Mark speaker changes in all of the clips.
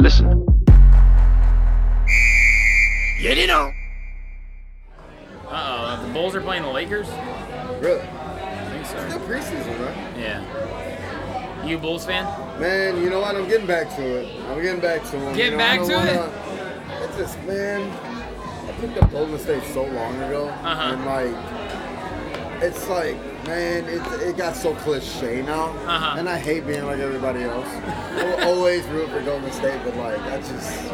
Speaker 1: Listen.
Speaker 2: You didn't know.
Speaker 3: Uh oh, the Bulls are playing the Lakers?
Speaker 4: Really?
Speaker 3: I think so.
Speaker 4: Still preseason, right?
Speaker 3: Yeah. You a Bulls fan?
Speaker 4: Man, you know what? I'm getting back to it. I'm getting back to him.
Speaker 3: Getting
Speaker 4: you know,
Speaker 3: back
Speaker 4: I
Speaker 3: to
Speaker 4: don't
Speaker 3: it?
Speaker 4: wanna- It's just, man, I picked up Golden State so long ago.
Speaker 3: Uh-huh.
Speaker 4: And, like, it's like, man, it, it got so cliche now.
Speaker 3: Uh-huh.
Speaker 4: And I hate being like everybody else. I will always root for Golden State, but, like, I just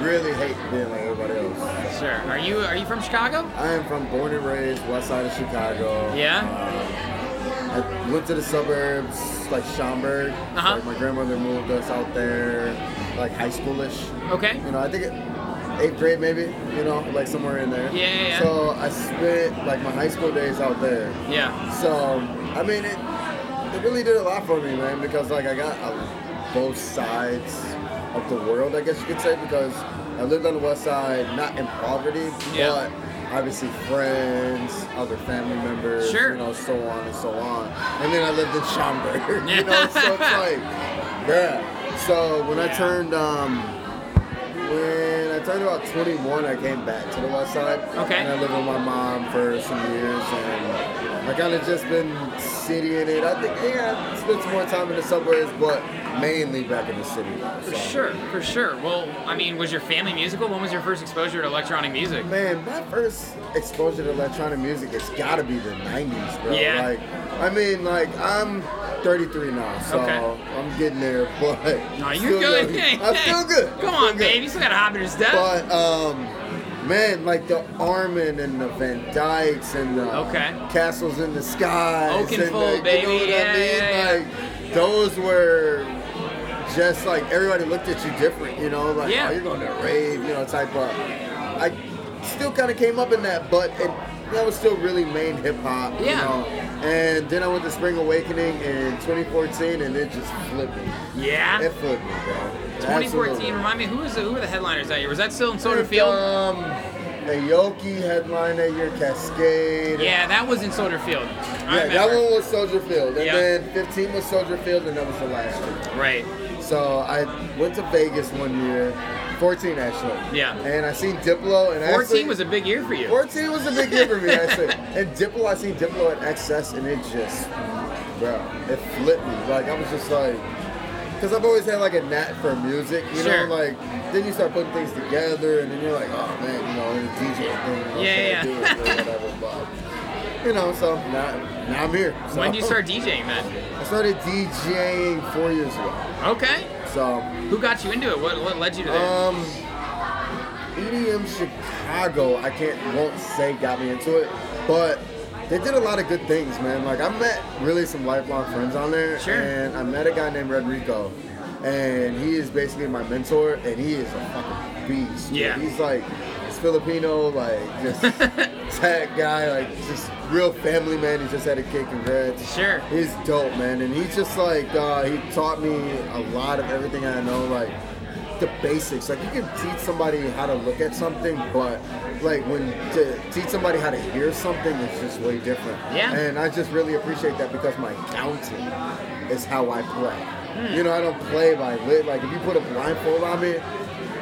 Speaker 4: really hate being like everybody else.
Speaker 3: Sure. Are you are you from Chicago?
Speaker 4: I am from born and raised west side of Chicago. Uh,
Speaker 3: Yeah?
Speaker 4: I went to the suburbs, like Schaumburg.
Speaker 3: Uh-huh.
Speaker 4: Like my grandmother moved us out there, like high schoolish.
Speaker 3: Okay.
Speaker 4: You know, I think it, eighth grade maybe. You know, like somewhere in there.
Speaker 3: Yeah, yeah, yeah.
Speaker 4: So I spent like my high school days out there.
Speaker 3: Yeah.
Speaker 4: So I mean, it it really did a lot for me, man, because like I got uh, both sides of the world, I guess you could say, because I lived on the west side, not in poverty,
Speaker 3: Yeah.
Speaker 4: but obviously friends, other family members,
Speaker 3: Sure.
Speaker 4: you know, so on and so on. And then I lived in Schaumburg, you know, so it's like, yeah. So when I turned um. When I turned about 21, I came back to the west side.
Speaker 3: Okay.
Speaker 4: And I lived with my mom for some years, and I kind of just been citying it. I think, yeah, I spent some more time in the suburbs, but mainly back in the city.
Speaker 3: For
Speaker 4: So,
Speaker 3: sure, for sure. Well, I mean, was your family musical? When was your first exposure to electronic music?
Speaker 4: Man, my first exposure to electronic music has got to be the 90s, bro.
Speaker 3: Yeah.
Speaker 4: Like, I mean, like, I'm 33 now, so
Speaker 3: Okay.
Speaker 4: I'm getting there, but.
Speaker 3: No,
Speaker 4: I'm
Speaker 3: you're
Speaker 4: still
Speaker 3: good.
Speaker 4: young.
Speaker 3: Hey,
Speaker 4: I'm
Speaker 3: hey.
Speaker 4: still good. I'm
Speaker 3: Come
Speaker 4: still
Speaker 3: on,
Speaker 4: good.
Speaker 3: babe. You still got to hop in your step.
Speaker 4: But um, man, like the Armin and the Van Dykes and the
Speaker 3: Okay.
Speaker 4: Castles in the Sky. and
Speaker 3: Oakenfold,
Speaker 4: the,
Speaker 3: baby.
Speaker 4: You know what
Speaker 3: Yeah,
Speaker 4: I mean?
Speaker 3: yeah, yeah.
Speaker 4: Like those were just like everybody looked at you different, you know, like
Speaker 3: Yeah.
Speaker 4: oh, you're going to a rave, you know, type of. I still kind of came up in that, but it, that was still really main hip hop. You
Speaker 3: Yeah.
Speaker 4: know? And then I went to Spring Awakening in 2014, and it just flipped me.
Speaker 3: yeah.
Speaker 4: It flipped me, bro.
Speaker 3: 2014.
Speaker 4: Absolutely.
Speaker 3: Remind me, who was the, who were the headliners that year? Was that still in Soldier
Speaker 4: Think,
Speaker 3: Field?
Speaker 4: Um, Aoki headline that year, Cascade.
Speaker 3: Yeah, that was in Soldier Field. I
Speaker 4: uh, Yeah, that
Speaker 3: remember.
Speaker 4: one was Soldier Field, and
Speaker 3: Yeah.
Speaker 4: then 15 was Soldier Field, and that was the last year.
Speaker 3: Right.
Speaker 4: So I went to Vegas one year, 14 actually.
Speaker 3: Yeah.
Speaker 4: And I seen Diplo,
Speaker 3: 14
Speaker 4: and actually,
Speaker 3: was a big year for you.
Speaker 4: 14 was a big year for me actually. And Diplo, I seen Diplo at XS, and it just, bro, it flipped me. Like I was just like, because I've always had like a knack for music, you
Speaker 3: Sure.
Speaker 4: know, like. Then you start putting things together, and then you're like, oh man, you know, and the DJ thing, you know,
Speaker 3: Yeah,
Speaker 4: so I
Speaker 3: yeah.
Speaker 4: do it or whatever. But you know, so now, now I'm here. So.
Speaker 3: When did you start DJing then?
Speaker 4: I started DJing four years ago.
Speaker 3: Okay.
Speaker 4: So,
Speaker 3: Who got you into it? What, what led you to there?
Speaker 4: um, EDM E Chicago, I can't, won't say got me into it, but they did a lot of good things, man. Like, I met really some lifelong friends on there.
Speaker 3: Sure.
Speaker 4: And I met a guy named Rodrigo, and he is basically my mentor, and he is a fucking beast. dude.
Speaker 3: Yeah.
Speaker 4: He's like, he's Filipino, like, just tech guy, like, just real family man. He just had a kid, congrats.
Speaker 3: Sure.
Speaker 4: He's dope, man, and he's just like uh, he taught me a lot of everything I know, like the basics. Like you can teach somebody how to look at something, but like when to teach somebody how to hear something is just way different.
Speaker 3: Yeah.
Speaker 4: And I just really appreciate that because my counting is how I play. You know, I don't play by lit. Like if you put a blindfold on me.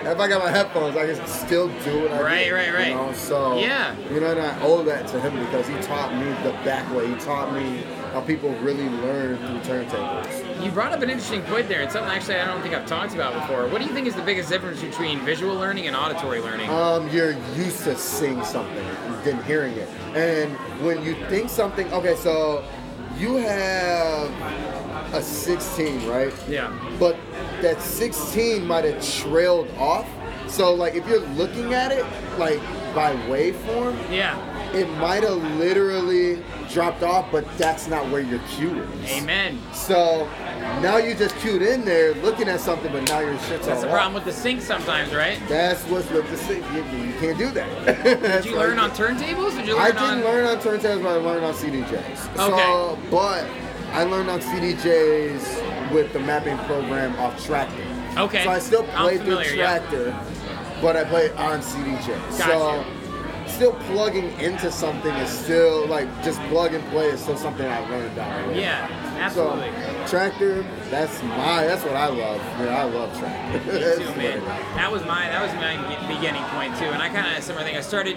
Speaker 4: If I got my headphones, I can still do what I do,
Speaker 3: Right, right, right.
Speaker 4: You know, so
Speaker 3: Yeah.
Speaker 4: you know, and I owe that to him because he taught me the back way. He taught me how people really learn through turntables.
Speaker 3: You brought up an interesting point there, and something actually I don't think I've talked about before. What do you think is the biggest difference between visual learning and auditory learning?
Speaker 4: Um, you're used to seeing something than hearing it. And when you think something, okay, so you have a 16, right?
Speaker 3: yeah.
Speaker 4: But that 16 might have trailed off. So, like, if you're looking at it, like, by waveform,
Speaker 3: Yeah.
Speaker 4: it might have literally dropped off, but that's not where your cue is.
Speaker 3: Amen.
Speaker 4: So now you just cued in there looking at something, but now your shit's
Speaker 3: That's
Speaker 4: all
Speaker 3: the
Speaker 4: off.
Speaker 3: problem with the sync sometimes, right?
Speaker 4: That's what's with the city. You, you can't do that. That's
Speaker 3: Did you
Speaker 4: why
Speaker 3: learn on turntables? Did you learn
Speaker 4: I didn't
Speaker 3: on?
Speaker 4: learn on turntables, but I learned on CDJs. So,
Speaker 3: Okay.
Speaker 4: but I learned on CDJs with the mapping program off Tractor.
Speaker 3: Okay.
Speaker 4: So I still
Speaker 3: I'm
Speaker 4: played through
Speaker 3: familiar, yeah.
Speaker 4: Tractor, but I played on
Speaker 3: Gotcha.
Speaker 4: CDJs. So still plugging into something is still like just plug and play is still something I learned on.
Speaker 3: Yeah,
Speaker 4: So
Speaker 3: absolutely.
Speaker 4: Tractor, that's my that's what I love. Man, I love Tractor.
Speaker 3: Me
Speaker 4: That's
Speaker 3: too,
Speaker 4: what
Speaker 3: man.
Speaker 4: I love.
Speaker 3: That was my that was my be- beginning point too, and I kind of similar thing. I started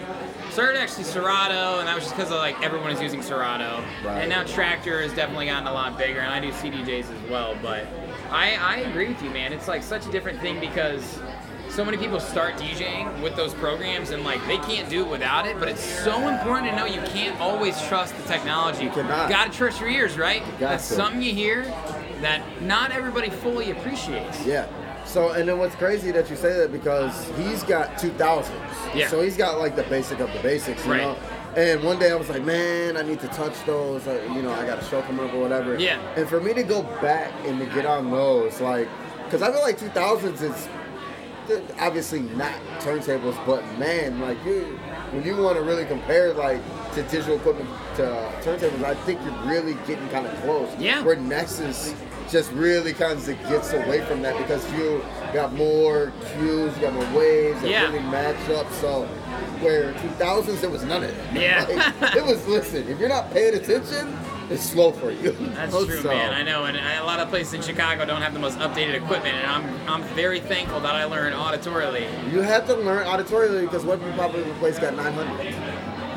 Speaker 3: started actually Serato, and that was just because like everyone is using Serato,
Speaker 4: Right.
Speaker 3: and now Tractor has definitely gotten a lot bigger, and I do CDJs as well. But I I agree with you, man. It's like such a different thing because. So many people start DJing with those programs and like they can't do it without it, but it's so important to know you can't always trust the technology. You
Speaker 4: cannot.
Speaker 3: Gotta trust your ears, right? That's
Speaker 4: to.
Speaker 3: something you hear that not everybody fully appreciates.
Speaker 4: Yeah. So and then what's crazy that you say that because he's got two thousands.
Speaker 3: Yeah.
Speaker 4: So he's got like the basic of the basics, you
Speaker 3: Right.
Speaker 4: know. And one day I was like, man, I need to touch those. uh, you know, I got a show coming up or whatever.
Speaker 3: Yeah.
Speaker 4: And for me to go back and to get on those, like, because I feel like two thousands is th- obviously not turntables, but man, like you, when you want to really compare like to digital equipment to turntables, I think you're really getting kind of close.
Speaker 3: Yeah.
Speaker 4: Where Nexus just really kind of gets away from that because you got more cues, you got more waves, that
Speaker 3: Yeah.
Speaker 4: really match up. So where 2000s there was none of that.
Speaker 3: Yeah.
Speaker 4: Like, it was listen, if you're not paying attention, it's slow for you.
Speaker 3: That's
Speaker 4: So-
Speaker 3: true, man. I know, and I, a lot of places in Chicago don't have the most updated equipment, and I'm I'm very thankful that I learned auditorily.
Speaker 4: You have to learn auditorily because what you probably replace got 900.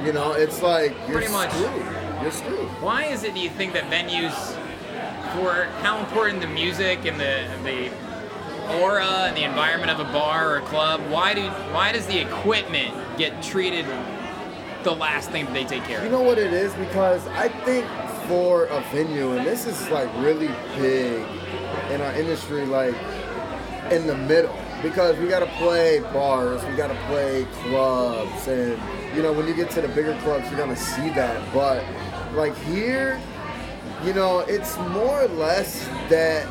Speaker 4: You know, it's like you're
Speaker 3: Pretty much.
Speaker 4: screwed. You're screwed.
Speaker 3: Why is it? Do you think that venues, for how important the music and the the aura and the environment of a bar or a club, why do why does the equipment get treated the last thing that they take care
Speaker 4: You
Speaker 3: of?
Speaker 4: know what it is because I think for a venue, and this is like really big in our industry, like in the middle because we gotta play bars, we gotta play clubs, and you know when you get to the bigger clubs, you're gonna see that. But like here, you know, it's more or less that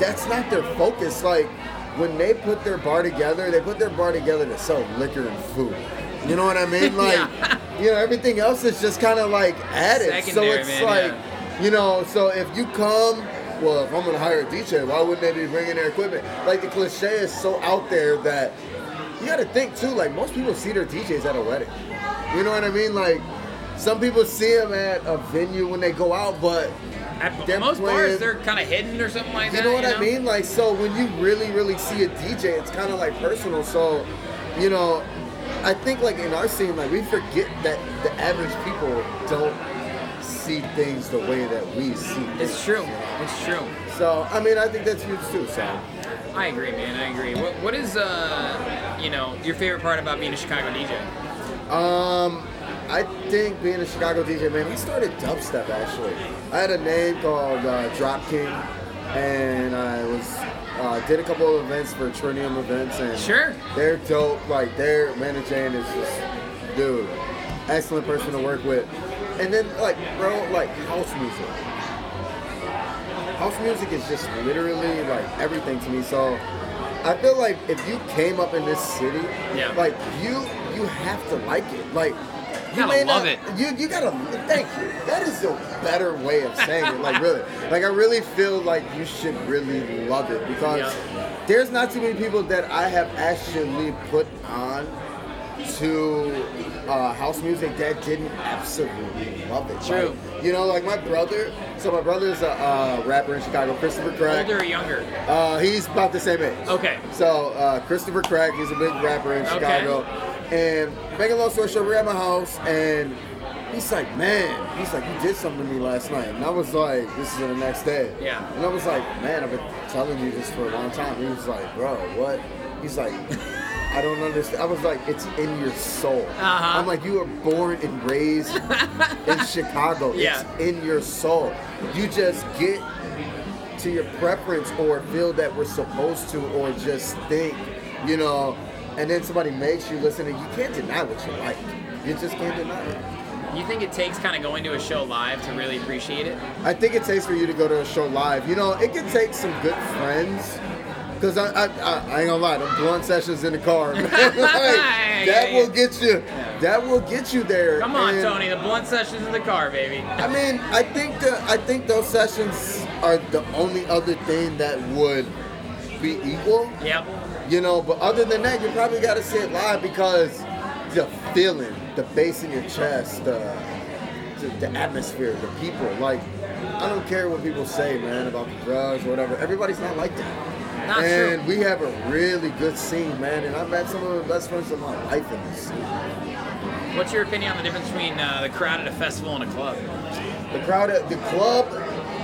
Speaker 4: that's not their focus. Like when they put their bar together, they put their bar together to sell liquor and food. You know what I mean? Like, you know, everything else is just kind of like added. so
Speaker 3: Secondary,
Speaker 4: it's
Speaker 3: man,
Speaker 4: like,
Speaker 3: yeah.
Speaker 4: you know, so if you come, well, if I'm gonna hire a DJ, why wouldn't they be bringing their equipment? Like the cliche is so out there that you gotta think too. Like most people see their DJs at a wedding. You know what I mean? Like some people see them at a venue when they go out, but
Speaker 3: At
Speaker 4: they're
Speaker 3: most
Speaker 4: playing-
Speaker 3: bars, they're kind of hidden or something like
Speaker 4: you
Speaker 3: that.
Speaker 4: know what I mean? Like, so when you really, really see a DJ, it's kind of like personal. So, you know, I think like in our scene, like we forget that the average people don't see things the way that we see. Things.
Speaker 3: It's true. It's true.
Speaker 4: So, I mean, I think that's huge too. So,
Speaker 3: I agree, man. I agree. What, what is uh, you know, your favorite part about being a Chicago DJ?
Speaker 4: um, I think being a Chicago DJ, man, I started dubstep actually. I had a name called uh, Drop King, and I was uh, did a couple of events for Trinium events and
Speaker 3: Sure.
Speaker 4: They're dope. Like their manager Jane is just, dude, excellent person to work with. And then like, bro, like house music. House music is just literally like everything to me. So I feel like if you came up in this city,
Speaker 3: Yeah.
Speaker 4: like you you have to like it. Like you
Speaker 3: Gotta
Speaker 4: may
Speaker 3: love
Speaker 4: not,
Speaker 3: it.
Speaker 4: You you gotta thank you. That is a better way of saying it. Like really, like I really feel like you should really love it because there's not too many people that I have actually put on to uh, house music that didn't absolutely love it.
Speaker 3: True.
Speaker 4: Like, you know, like my brother. So my brother's a uh, rapper in Chicago, Christopher Craig.
Speaker 3: Older or younger?
Speaker 4: Uh, he's about the same age.
Speaker 3: Okay.
Speaker 4: So uh, Christopher Craig, he's a big rapper in
Speaker 3: Okay.
Speaker 4: Chicago. And make a long story short, we're at my house and he's like, man, he's like, you did something to me last night. And I was like, this is the next day.
Speaker 3: Yeah.
Speaker 4: And I was like, man, I've been telling you this for a long time. He was like, bro, what? He's like, I don't understand. I was like, it's in your soul.
Speaker 3: Uh-huh.
Speaker 4: I'm like, you were born and raised in Chicago.
Speaker 3: Yeah.
Speaker 4: It's in your soul. You just get to your preference or feel that we're supposed to or just think, you know, and then somebody makes you listen and you can't deny what you like. You just can't deny it.
Speaker 3: You think it takes kind of going to a show live to really appreciate it?
Speaker 4: I think it takes for you to go to a show live. You know, it can take some good friends. Cause I, I, I, I ain't gonna lie, them blunt sessions in the car, man. Like,
Speaker 3: Yeah,
Speaker 4: that
Speaker 3: yeah.
Speaker 4: will get you. That will get you there.
Speaker 3: Come on,
Speaker 4: And-
Speaker 3: Tony. The blunt sessions in the car, baby.
Speaker 4: I mean, I think the, I think those sessions are the only other thing that would be equal.
Speaker 3: Yep.
Speaker 4: You know, but other than that, you probably got to see it live because the feeling, the bass in your chest, the, the, the atmosphere, the people. Like, I don't care what people say, man, about the drugs or whatever. Everybody's not like that.
Speaker 3: Not
Speaker 4: and
Speaker 3: true.
Speaker 4: we have a really good scene, man. And I've had some of the best friends of my life in this scene.
Speaker 3: What's your opinion on the difference between uh, the crowd at a festival and a club?
Speaker 4: The crowd at the club,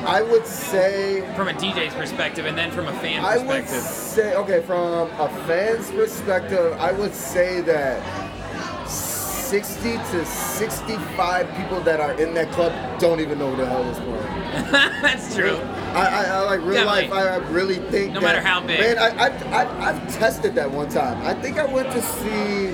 Speaker 4: I would say
Speaker 3: From a DJ's perspective and then from a fan
Speaker 4: I would
Speaker 3: perspective.
Speaker 4: say, okay, from a fan's perspective, I would say that 60 to 65 people that are in that club don't even know who the hell is playing.
Speaker 3: That's true.
Speaker 4: I, I, I like real
Speaker 3: Definitely.
Speaker 4: life. I, I really think
Speaker 3: No
Speaker 4: that-
Speaker 3: matter how big.
Speaker 4: Man, I, I, I, I've tested that one time. I think I went to see.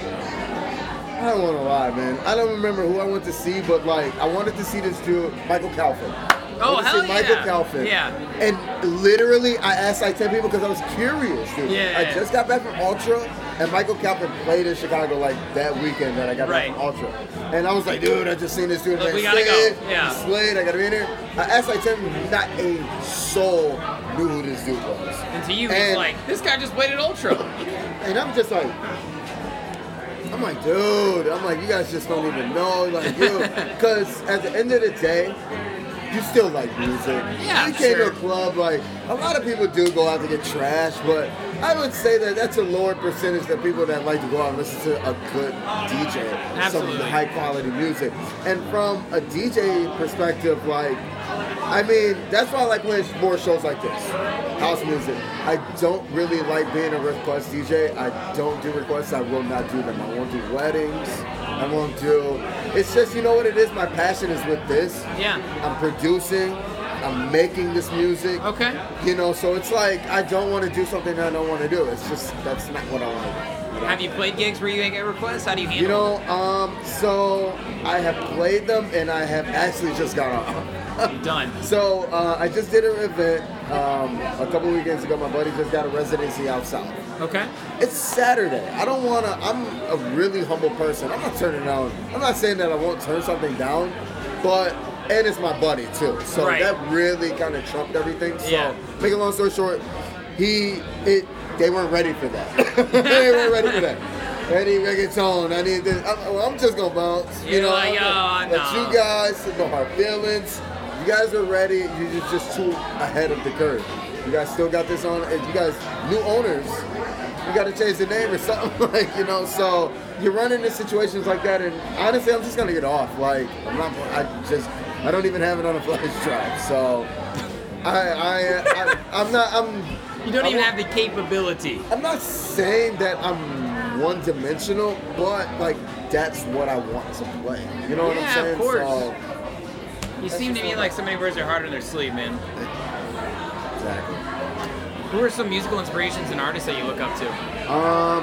Speaker 4: I don't want to lie, man. I don't remember who I went to see, but like I wanted to see this dude, Michael Calvin.
Speaker 3: Oh,
Speaker 4: I wanted to
Speaker 3: hell
Speaker 4: see Michael
Speaker 3: yeah.
Speaker 4: Calvin.
Speaker 3: Yeah.
Speaker 4: And literally, I asked like ten people because I was curious, dude.
Speaker 3: Yeah,
Speaker 4: I
Speaker 3: yeah.
Speaker 4: just got back from Ultra, and Michael Calvin played in Chicago like that weekend that I got
Speaker 3: Right.
Speaker 4: back from Ultra, and I was like, dude, I just seen this dude.
Speaker 3: Look,
Speaker 4: man,
Speaker 3: we gotta go.
Speaker 4: slid,
Speaker 3: Yeah.
Speaker 4: slid, Blade, I gotta be in there. I asked like 10 people, not a soul knew who this dude was.
Speaker 3: And to you,
Speaker 4: And-
Speaker 3: it's like, this guy just played at Ultra.
Speaker 4: And I'm just like, I'm like, dude, I'm like, you guys just don't even know. Like, you, because at the end of the day, you still like music.
Speaker 3: Yeah,
Speaker 4: You came
Speaker 3: sure.
Speaker 4: to a club, like, a lot of people do go out to get trashed, but I would say that that's a lower percentage of people that like to go out and listen to a good DJ.
Speaker 3: Absolutely.
Speaker 4: Some high quality music. And from a DJ perspective, like, I mean, that's why I like playing more shows like this. House music. I don't really like being a request DJ. I don't do requests. I will not do them. I won't do weddings. I won't do. It's just, you know what it is? My passion is with this.
Speaker 3: Yeah.
Speaker 4: I'm producing. I'm making this music.
Speaker 3: Okay.
Speaker 4: You know, so it's like I don't want to do something that I don't want to do. It's just, that's not what I want to do.
Speaker 3: Have you played gigs where you get requests? How do you handle
Speaker 4: You know, um, so I have played them and I have actually just got
Speaker 3: it?
Speaker 4: off.
Speaker 3: You're done.
Speaker 4: so uh, I just did an event um, a couple weekends ago. My buddy just got a residency out south.
Speaker 3: Okay.
Speaker 4: It's Saturday. I don't wanna. I'm a really humble person. I'm not turning down. I'm not saying that I won't turn something down, but and it's my buddy too. So
Speaker 3: Right.
Speaker 4: that really kind of trumped everything. So
Speaker 3: Yeah.
Speaker 4: make a long story short, he it they weren't ready for that. they weren't ready for that. I need reggaeton. I need this. I'm, well, I'm just gonna bounce. You
Speaker 3: You're
Speaker 4: know,
Speaker 3: like, "Oh,
Speaker 4: I'm gonna let
Speaker 3: no."
Speaker 4: you guys no hard feelings. You guys are ready. You're just, just too ahead of the curve. You guys still got this on. If you guys new owners, you got to change the name or something like you know so you run into situations like that and honestly i'm just gonna get off like i'm not i just i don't even have it on a flash drive so i i, I i'm not i'm
Speaker 3: You don't
Speaker 4: I
Speaker 3: even
Speaker 4: won't-
Speaker 3: have the capability.
Speaker 4: i'm not saying that i'm one dimensional but like that's what i want to play you know what
Speaker 3: Yeah,
Speaker 4: i'm
Speaker 3: of
Speaker 4: saying
Speaker 3: course.
Speaker 4: so
Speaker 3: You seem to me like somebody who wears their heart on their sleeve, man.
Speaker 4: exactly
Speaker 3: Who are some musical inspirations and artists that you look up to?
Speaker 4: um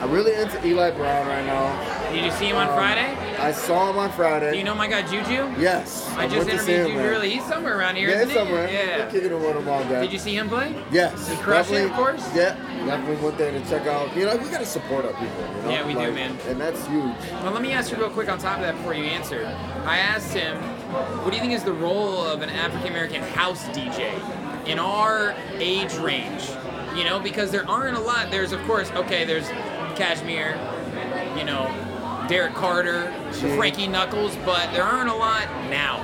Speaker 4: i'm really into eli brown right now
Speaker 3: Did you see him on
Speaker 4: Um,
Speaker 3: Friday?
Speaker 4: i saw him on friday
Speaker 3: Do you know my guy Juju?
Speaker 4: yes
Speaker 3: I
Speaker 4: went
Speaker 3: just
Speaker 4: to see
Speaker 3: interviewed
Speaker 4: him,
Speaker 3: Juju.
Speaker 4: man.
Speaker 3: Really, he's somewhere around here,
Speaker 4: Yeah,
Speaker 3: isn't
Speaker 4: it's
Speaker 3: he?
Speaker 4: somewhere. We're
Speaker 3: Yeah.
Speaker 4: kicking it with them all day.
Speaker 3: Did you see him play?
Speaker 4: Yes.
Speaker 3: We crush it, of
Speaker 4: definitely-
Speaker 3: course?
Speaker 4: Yeah, definitely went there to check out. You know, we gotta support our people. You know?
Speaker 3: Yeah, we do,
Speaker 4: Like,
Speaker 3: man.
Speaker 4: And that's huge.
Speaker 3: Well, let me ask you real quick on top of that before you answer. I asked him, what do you think is the role of an African American house DJ in our age range? You know, because there aren't a lot. There's, of course, okay, there's Kashmir, you know, Derek Carter,
Speaker 4: Gee.
Speaker 3: Frankie Knuckles, but there aren't a lot now.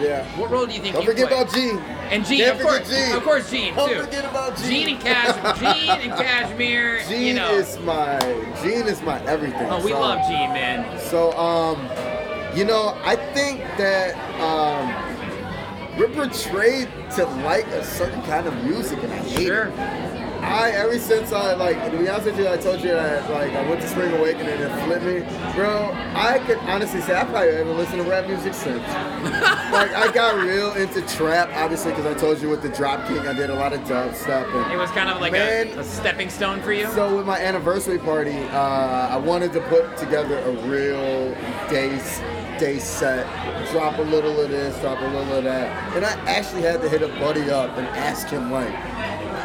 Speaker 4: Yeah.
Speaker 3: What role do you think
Speaker 4: Don't
Speaker 3: you
Speaker 4: forget
Speaker 3: play?
Speaker 4: about Gene.
Speaker 3: And Gene,
Speaker 4: Can't
Speaker 3: of course,
Speaker 4: forget Gene.
Speaker 3: of course, Gene
Speaker 4: Don't
Speaker 3: too.
Speaker 4: forget about Gene.
Speaker 3: Gene and Cash, Gene and Cashmere.
Speaker 4: Gene
Speaker 3: you know,
Speaker 4: is my Gene is my everything.
Speaker 3: oh, we
Speaker 4: so-
Speaker 3: love Gene, man.
Speaker 4: So um, you know, I think that um, we're portrayed to like a certain kind of music, and I hate
Speaker 3: Sure.
Speaker 4: it. I ever since I like to be honest with you, I told you that like I went to Spring Awakening and it flipped me, bro. I could honestly say I probably haven't listened to rap music since. like I got real into trap, obviously, because I told you with the Drop King, I did a lot of dub stuff. And
Speaker 3: It was kind of like
Speaker 4: Man.
Speaker 3: a, a stepping stone for you.
Speaker 4: so with my anniversary party, uh, I wanted to put together a real day day set. Drop a little of this, drop a little of that, and I actually had to hit a buddy up and ask him like,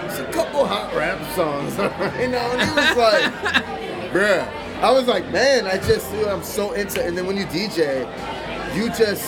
Speaker 4: "It's a couple hot rap songs," you know, and he was like, "Bruh." I was like, "Man, I just dude, I'm so into." And then when you DJ, you just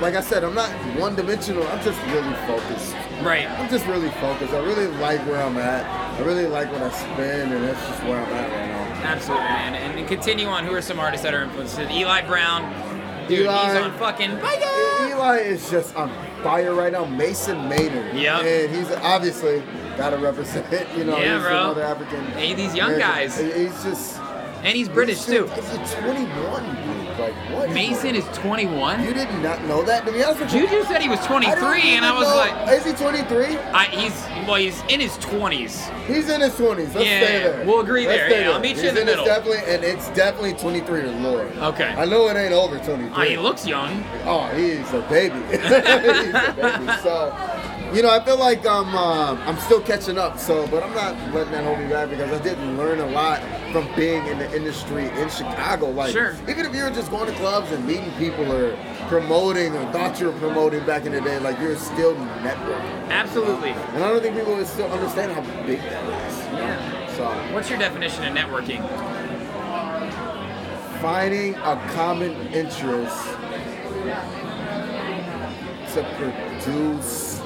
Speaker 4: like I said, I'm not one dimensional. I'm just really focused.
Speaker 3: right.
Speaker 4: I'm just really focused. I really like where I'm at. I really like what I spend, and that's just where I'm at right
Speaker 3: Absolutely, man. And, and continue on. Who are some artists that are influenced? Eli Brown. Dude, he's
Speaker 4: Eli.
Speaker 3: on fucking fire.
Speaker 4: now. E-, Eli is just on fire right now. Mason Maiden.
Speaker 3: Yep.
Speaker 4: And he's obviously got to represent, you know,
Speaker 3: Yeah,
Speaker 4: he's
Speaker 3: bro.
Speaker 4: another African.
Speaker 3: Hey, these young
Speaker 4: American.
Speaker 3: guys.
Speaker 4: He- He's just.
Speaker 3: And he's British
Speaker 4: he's
Speaker 3: too.
Speaker 4: just- He's 21, dude. Like, what?
Speaker 3: Mason is
Speaker 4: You
Speaker 3: 21.
Speaker 4: did not know that, to be honest with you.
Speaker 3: Juju said he was
Speaker 4: I don't
Speaker 3: 23,
Speaker 4: even
Speaker 3: and I was
Speaker 4: know-
Speaker 3: like,
Speaker 4: Is he 23?
Speaker 3: I, he's well, he's in his 20s.
Speaker 4: He's in his 20s. Let's
Speaker 3: Yeah,
Speaker 4: stay there.
Speaker 3: we'll agree
Speaker 4: Let's
Speaker 3: there.
Speaker 4: stay
Speaker 3: Yeah, I'll meet you
Speaker 4: He's
Speaker 3: in the
Speaker 4: his
Speaker 3: middle.
Speaker 4: Definitely, and it's definitely 23 or lower.
Speaker 3: Okay.
Speaker 4: I know it ain't over 23.
Speaker 3: Uh, he looks young.
Speaker 4: Oh, he's a baby. he's a baby. So, you know, I feel like I'm um, I'm still catching up. So, but I'm not letting that hold me back because I didn't learn a lot from being in the industry in Chicago. Like,
Speaker 3: Sure.
Speaker 4: even if you're just going to clubs and meeting people or promoting or thought you were promoting back in the day, like you're still networking.
Speaker 3: Absolutely.
Speaker 4: And I don't think people would still understand how big that is.
Speaker 3: Yeah.
Speaker 4: So.
Speaker 3: What's your definition of networking?
Speaker 4: finding a common interest to produce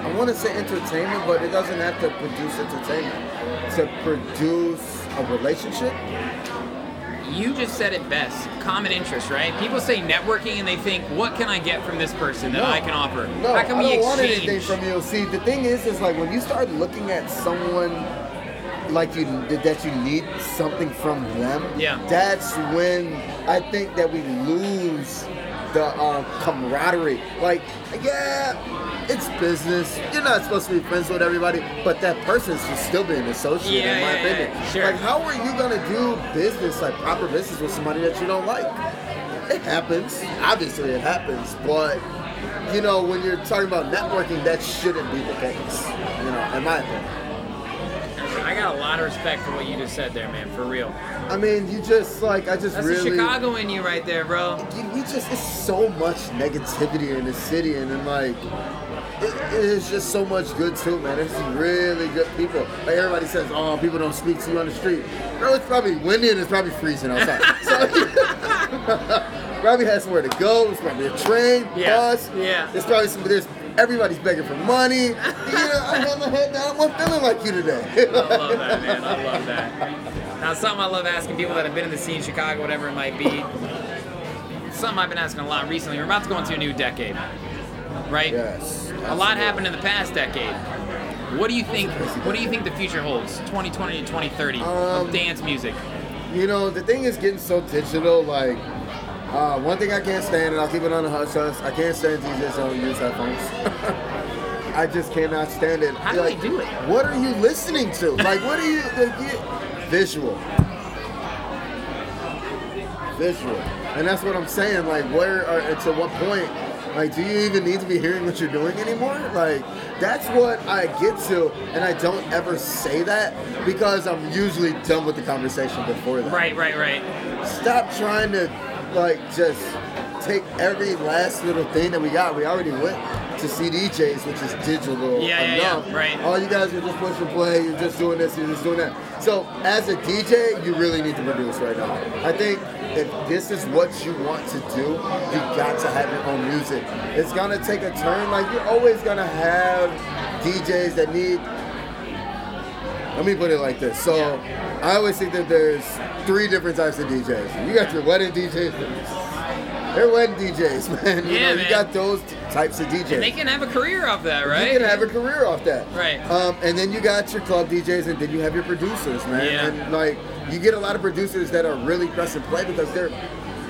Speaker 4: I want to say entertainment, but it doesn't have to produce entertainment. To produce a relationship,
Speaker 3: You just said it best. Common interest, right? People say networking and they think, what can I get from this person that I can offer?
Speaker 4: No,
Speaker 3: How can we
Speaker 4: I don't
Speaker 3: exchange?
Speaker 4: want anything from you. See, the thing is, is like when you start looking at someone like you that you need something from them.
Speaker 3: Yeah.
Speaker 4: That's when I think that we lose the um, camaraderie. Like, yeah, it's business. You're not supposed to be friends with everybody, but that person's should still being associated,
Speaker 3: Yeah,
Speaker 4: in my
Speaker 3: yeah, yeah,
Speaker 4: opinion.
Speaker 3: sure.
Speaker 4: Like, how are you gonna do business, like proper business, with somebody that you don't like? It happens. Obviously, it happens. But you know, when you're talking about networking, that shouldn't be the case. You know, in my opinion.
Speaker 3: I got a lot of respect for what you just said there, man. For real.
Speaker 4: I mean, you just like I just
Speaker 3: That's
Speaker 4: really.
Speaker 3: the Chicago in you right there, bro.
Speaker 4: Dude, we just it's so much negativity in the city, and then like it, it is just so much good too, man. It's really good people. Like everybody says, oh, people don't speak to you on the street. Bro, it's probably windy and it's probably freezing outside. so, probably has somewhere to go. It's probably a train,
Speaker 3: Yeah,
Speaker 4: bus.
Speaker 3: yeah.
Speaker 4: There's probably some. There's everybody's begging for money. You know, I got my head down. I'm feeling like you today.
Speaker 3: I love that, man. I love that. Now, something I love asking people that have been in the scene, Chicago, whatever it might be. Something I've been asking a lot recently. We're about to go into a new decade, right?
Speaker 4: yes.
Speaker 3: A lot happened in the past decade. What do you think? What do you think the future holds? 2020 to 2030
Speaker 4: Um,
Speaker 3: of dance music.
Speaker 4: You know, the thing is getting so digital. Like, uh, one thing I can't stand, and I'll keep it on the hush hush, I can't stand DJs that don't use headphones. I just cannot stand it.
Speaker 3: How do
Speaker 4: Like,
Speaker 3: they do it?
Speaker 4: What are you listening to? Like, what are you, like, you- Visual. Visual. And that's what I'm saying. Like, where are, and to what point, like, do you even need to be hearing what you're doing anymore? Like, that's what I get to, and I don't ever say that because I'm usually done with the conversation before that
Speaker 3: Right, right, right.
Speaker 4: stop trying to like just take every last little thing that we got. We already went to CDJs, which is digital
Speaker 3: Yeah, yeah, yeah,
Speaker 4: enough.
Speaker 3: right.
Speaker 4: All you guys are just pushing play. You're just doing this. You're just doing that. So as a DJ, you really need to produce right now. I think if this is what you want to do, you got to have your own music. It's gonna take a turn. Like you're always gonna have DJs that need let me put it like this. So I always think that there's three different types of DJs. You got your wedding DJs. They're wedding DJs, man. You
Speaker 3: Yeah,
Speaker 4: know,
Speaker 3: man.
Speaker 4: you got those t- types of DJs.
Speaker 3: And they can have a career off that, right?
Speaker 4: You can have a career off that.
Speaker 3: Right.
Speaker 4: Um, and then you got your club DJs, and then you have your producers, man.
Speaker 3: Yeah.
Speaker 4: And like, you get a lot of producers that are really pressing play because they're,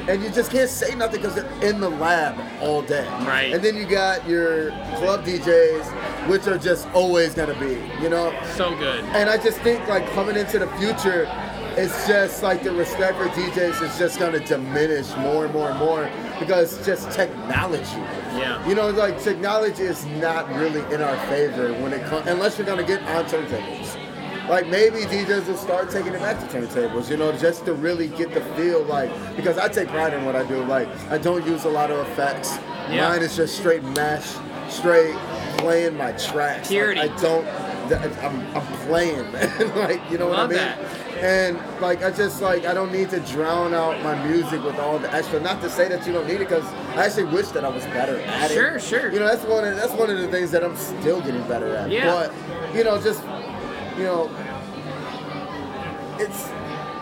Speaker 4: and you just can't say nothing because they're in the lab all day.
Speaker 3: Right.
Speaker 4: And then you got your club DJs which are just always gonna be, you know.
Speaker 3: So good.
Speaker 4: And I just think like coming into the future, it's just like the respect for DJs is just gonna diminish more and more and more because just technology.
Speaker 3: Yeah.
Speaker 4: You know, like technology is not really in our favor when it comes unless you're gonna get on turntables. Like maybe DJs will start taking it back to turntables, you know, just to really get the feel like because I take pride in what I do. Like I don't use a lot of effects.
Speaker 3: Yeah.
Speaker 4: Mine is just straight mash, straight playing my tracks. Like,
Speaker 3: Purity.
Speaker 4: I don't. th- I'm, I'm playing, man. like you know what
Speaker 3: Love
Speaker 4: I mean.
Speaker 3: that.
Speaker 4: And like I just like I don't need to drown out my music with all the extra. Not to say that you don't need it, because I actually wish that I was better at
Speaker 3: Sure,
Speaker 4: it.
Speaker 3: sure.
Speaker 4: You know that's one of, that's one of the things that I'm still getting better at.
Speaker 3: Yeah.
Speaker 4: But you know just you know it's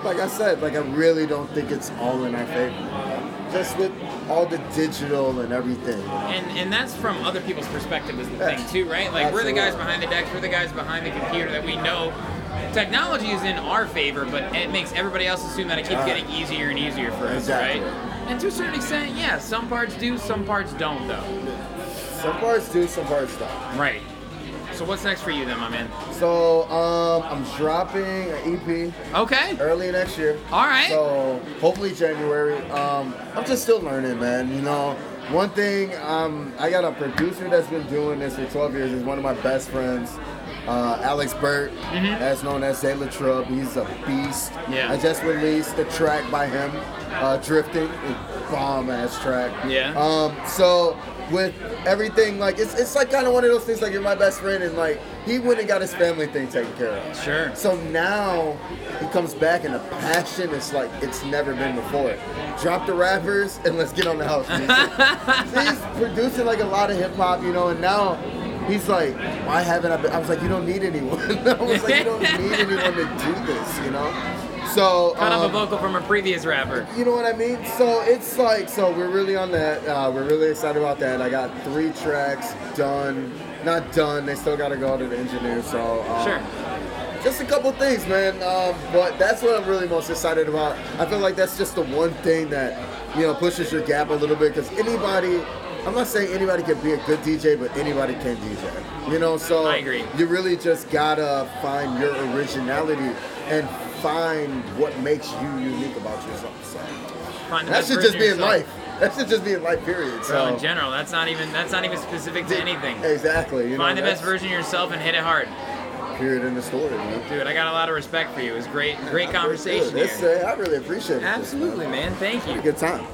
Speaker 4: like I said, like I really don't think it's all in our favor. Just with all the digital and everything.
Speaker 3: And and that's from other people's perspective is the
Speaker 4: Yeah.
Speaker 3: thing too, right? Like we're the guys
Speaker 4: Absolutely.
Speaker 3: behind the decks, we're the guys behind the computer that we know technology is in our favor, but it makes everybody else assume that it keeps
Speaker 4: Uh,
Speaker 3: getting easier and easier for us,
Speaker 4: exactly.
Speaker 3: right? And to a certain extent, yeah, some parts do, some parts don't though.
Speaker 4: Some parts do, some parts don't.
Speaker 3: Right. So what's next for you then, my man?
Speaker 4: So um, I'm dropping an E EP
Speaker 3: Okay.
Speaker 4: early next year.
Speaker 3: All right.
Speaker 4: So hopefully January. Um, I'm just still learning, man. You know, one thing um, I got a producer that's been doing this for 12 years. Is one of my best friends. Uh, Alex Burt, as known as De La Trub, he's a beast.
Speaker 3: Mm-hmm. Yeah.
Speaker 4: I just released a track by him, uh, "Drifting," bomb ass track.
Speaker 3: Yeah.
Speaker 4: Um, so with everything, like it's, it's like kind of one of those things. Like you're my best friend, and like he went and got his family thing taken care of.
Speaker 3: Sure.
Speaker 4: So now he comes back and the passion is like it's never been before. Drop the rappers and let's get on the house music. he's producing like a lot of hip hop, you know, and now he's like, why haven't I been? I was like, you don't need anyone. I was like, you don't need anyone to do this, you know. So
Speaker 3: Cut off a
Speaker 4: um,
Speaker 3: vocal from a previous rapper.
Speaker 4: you know what I mean? So it's like, so we're really on that. Uh, we're really excited about that. I got three tracks done. Not done. They still got to go to the engineer. So um,
Speaker 3: Sure.
Speaker 4: just a couple things, man. Um, but that's what I'm really most excited about. I feel like that's just the one thing that you know pushes your gap a little bit because anybody. I'm not saying anybody can be a good DJ, but anybody can DJ. You know, so
Speaker 3: I agree.
Speaker 4: You really just gotta find your originality and find what makes you unique about yourself. So
Speaker 3: Find the
Speaker 4: that
Speaker 3: best
Speaker 4: should
Speaker 3: version
Speaker 4: just
Speaker 3: of
Speaker 4: be in
Speaker 3: yourself.
Speaker 4: life. That should just be in life, period. So
Speaker 3: Bro, in general, that's not even that's not even specific to anything.
Speaker 4: Exactly. You
Speaker 3: Find
Speaker 4: know,
Speaker 3: the best
Speaker 4: that's
Speaker 3: version of yourself and hit it hard.
Speaker 4: Period in the story, man.
Speaker 3: Dude, I got a lot of respect for you. It was great, great
Speaker 4: That's pretty good.
Speaker 3: conversation
Speaker 4: This,
Speaker 3: here.
Speaker 4: uh, I really appreciate it.
Speaker 3: Absolutely, man. Thank you.
Speaker 4: Good time.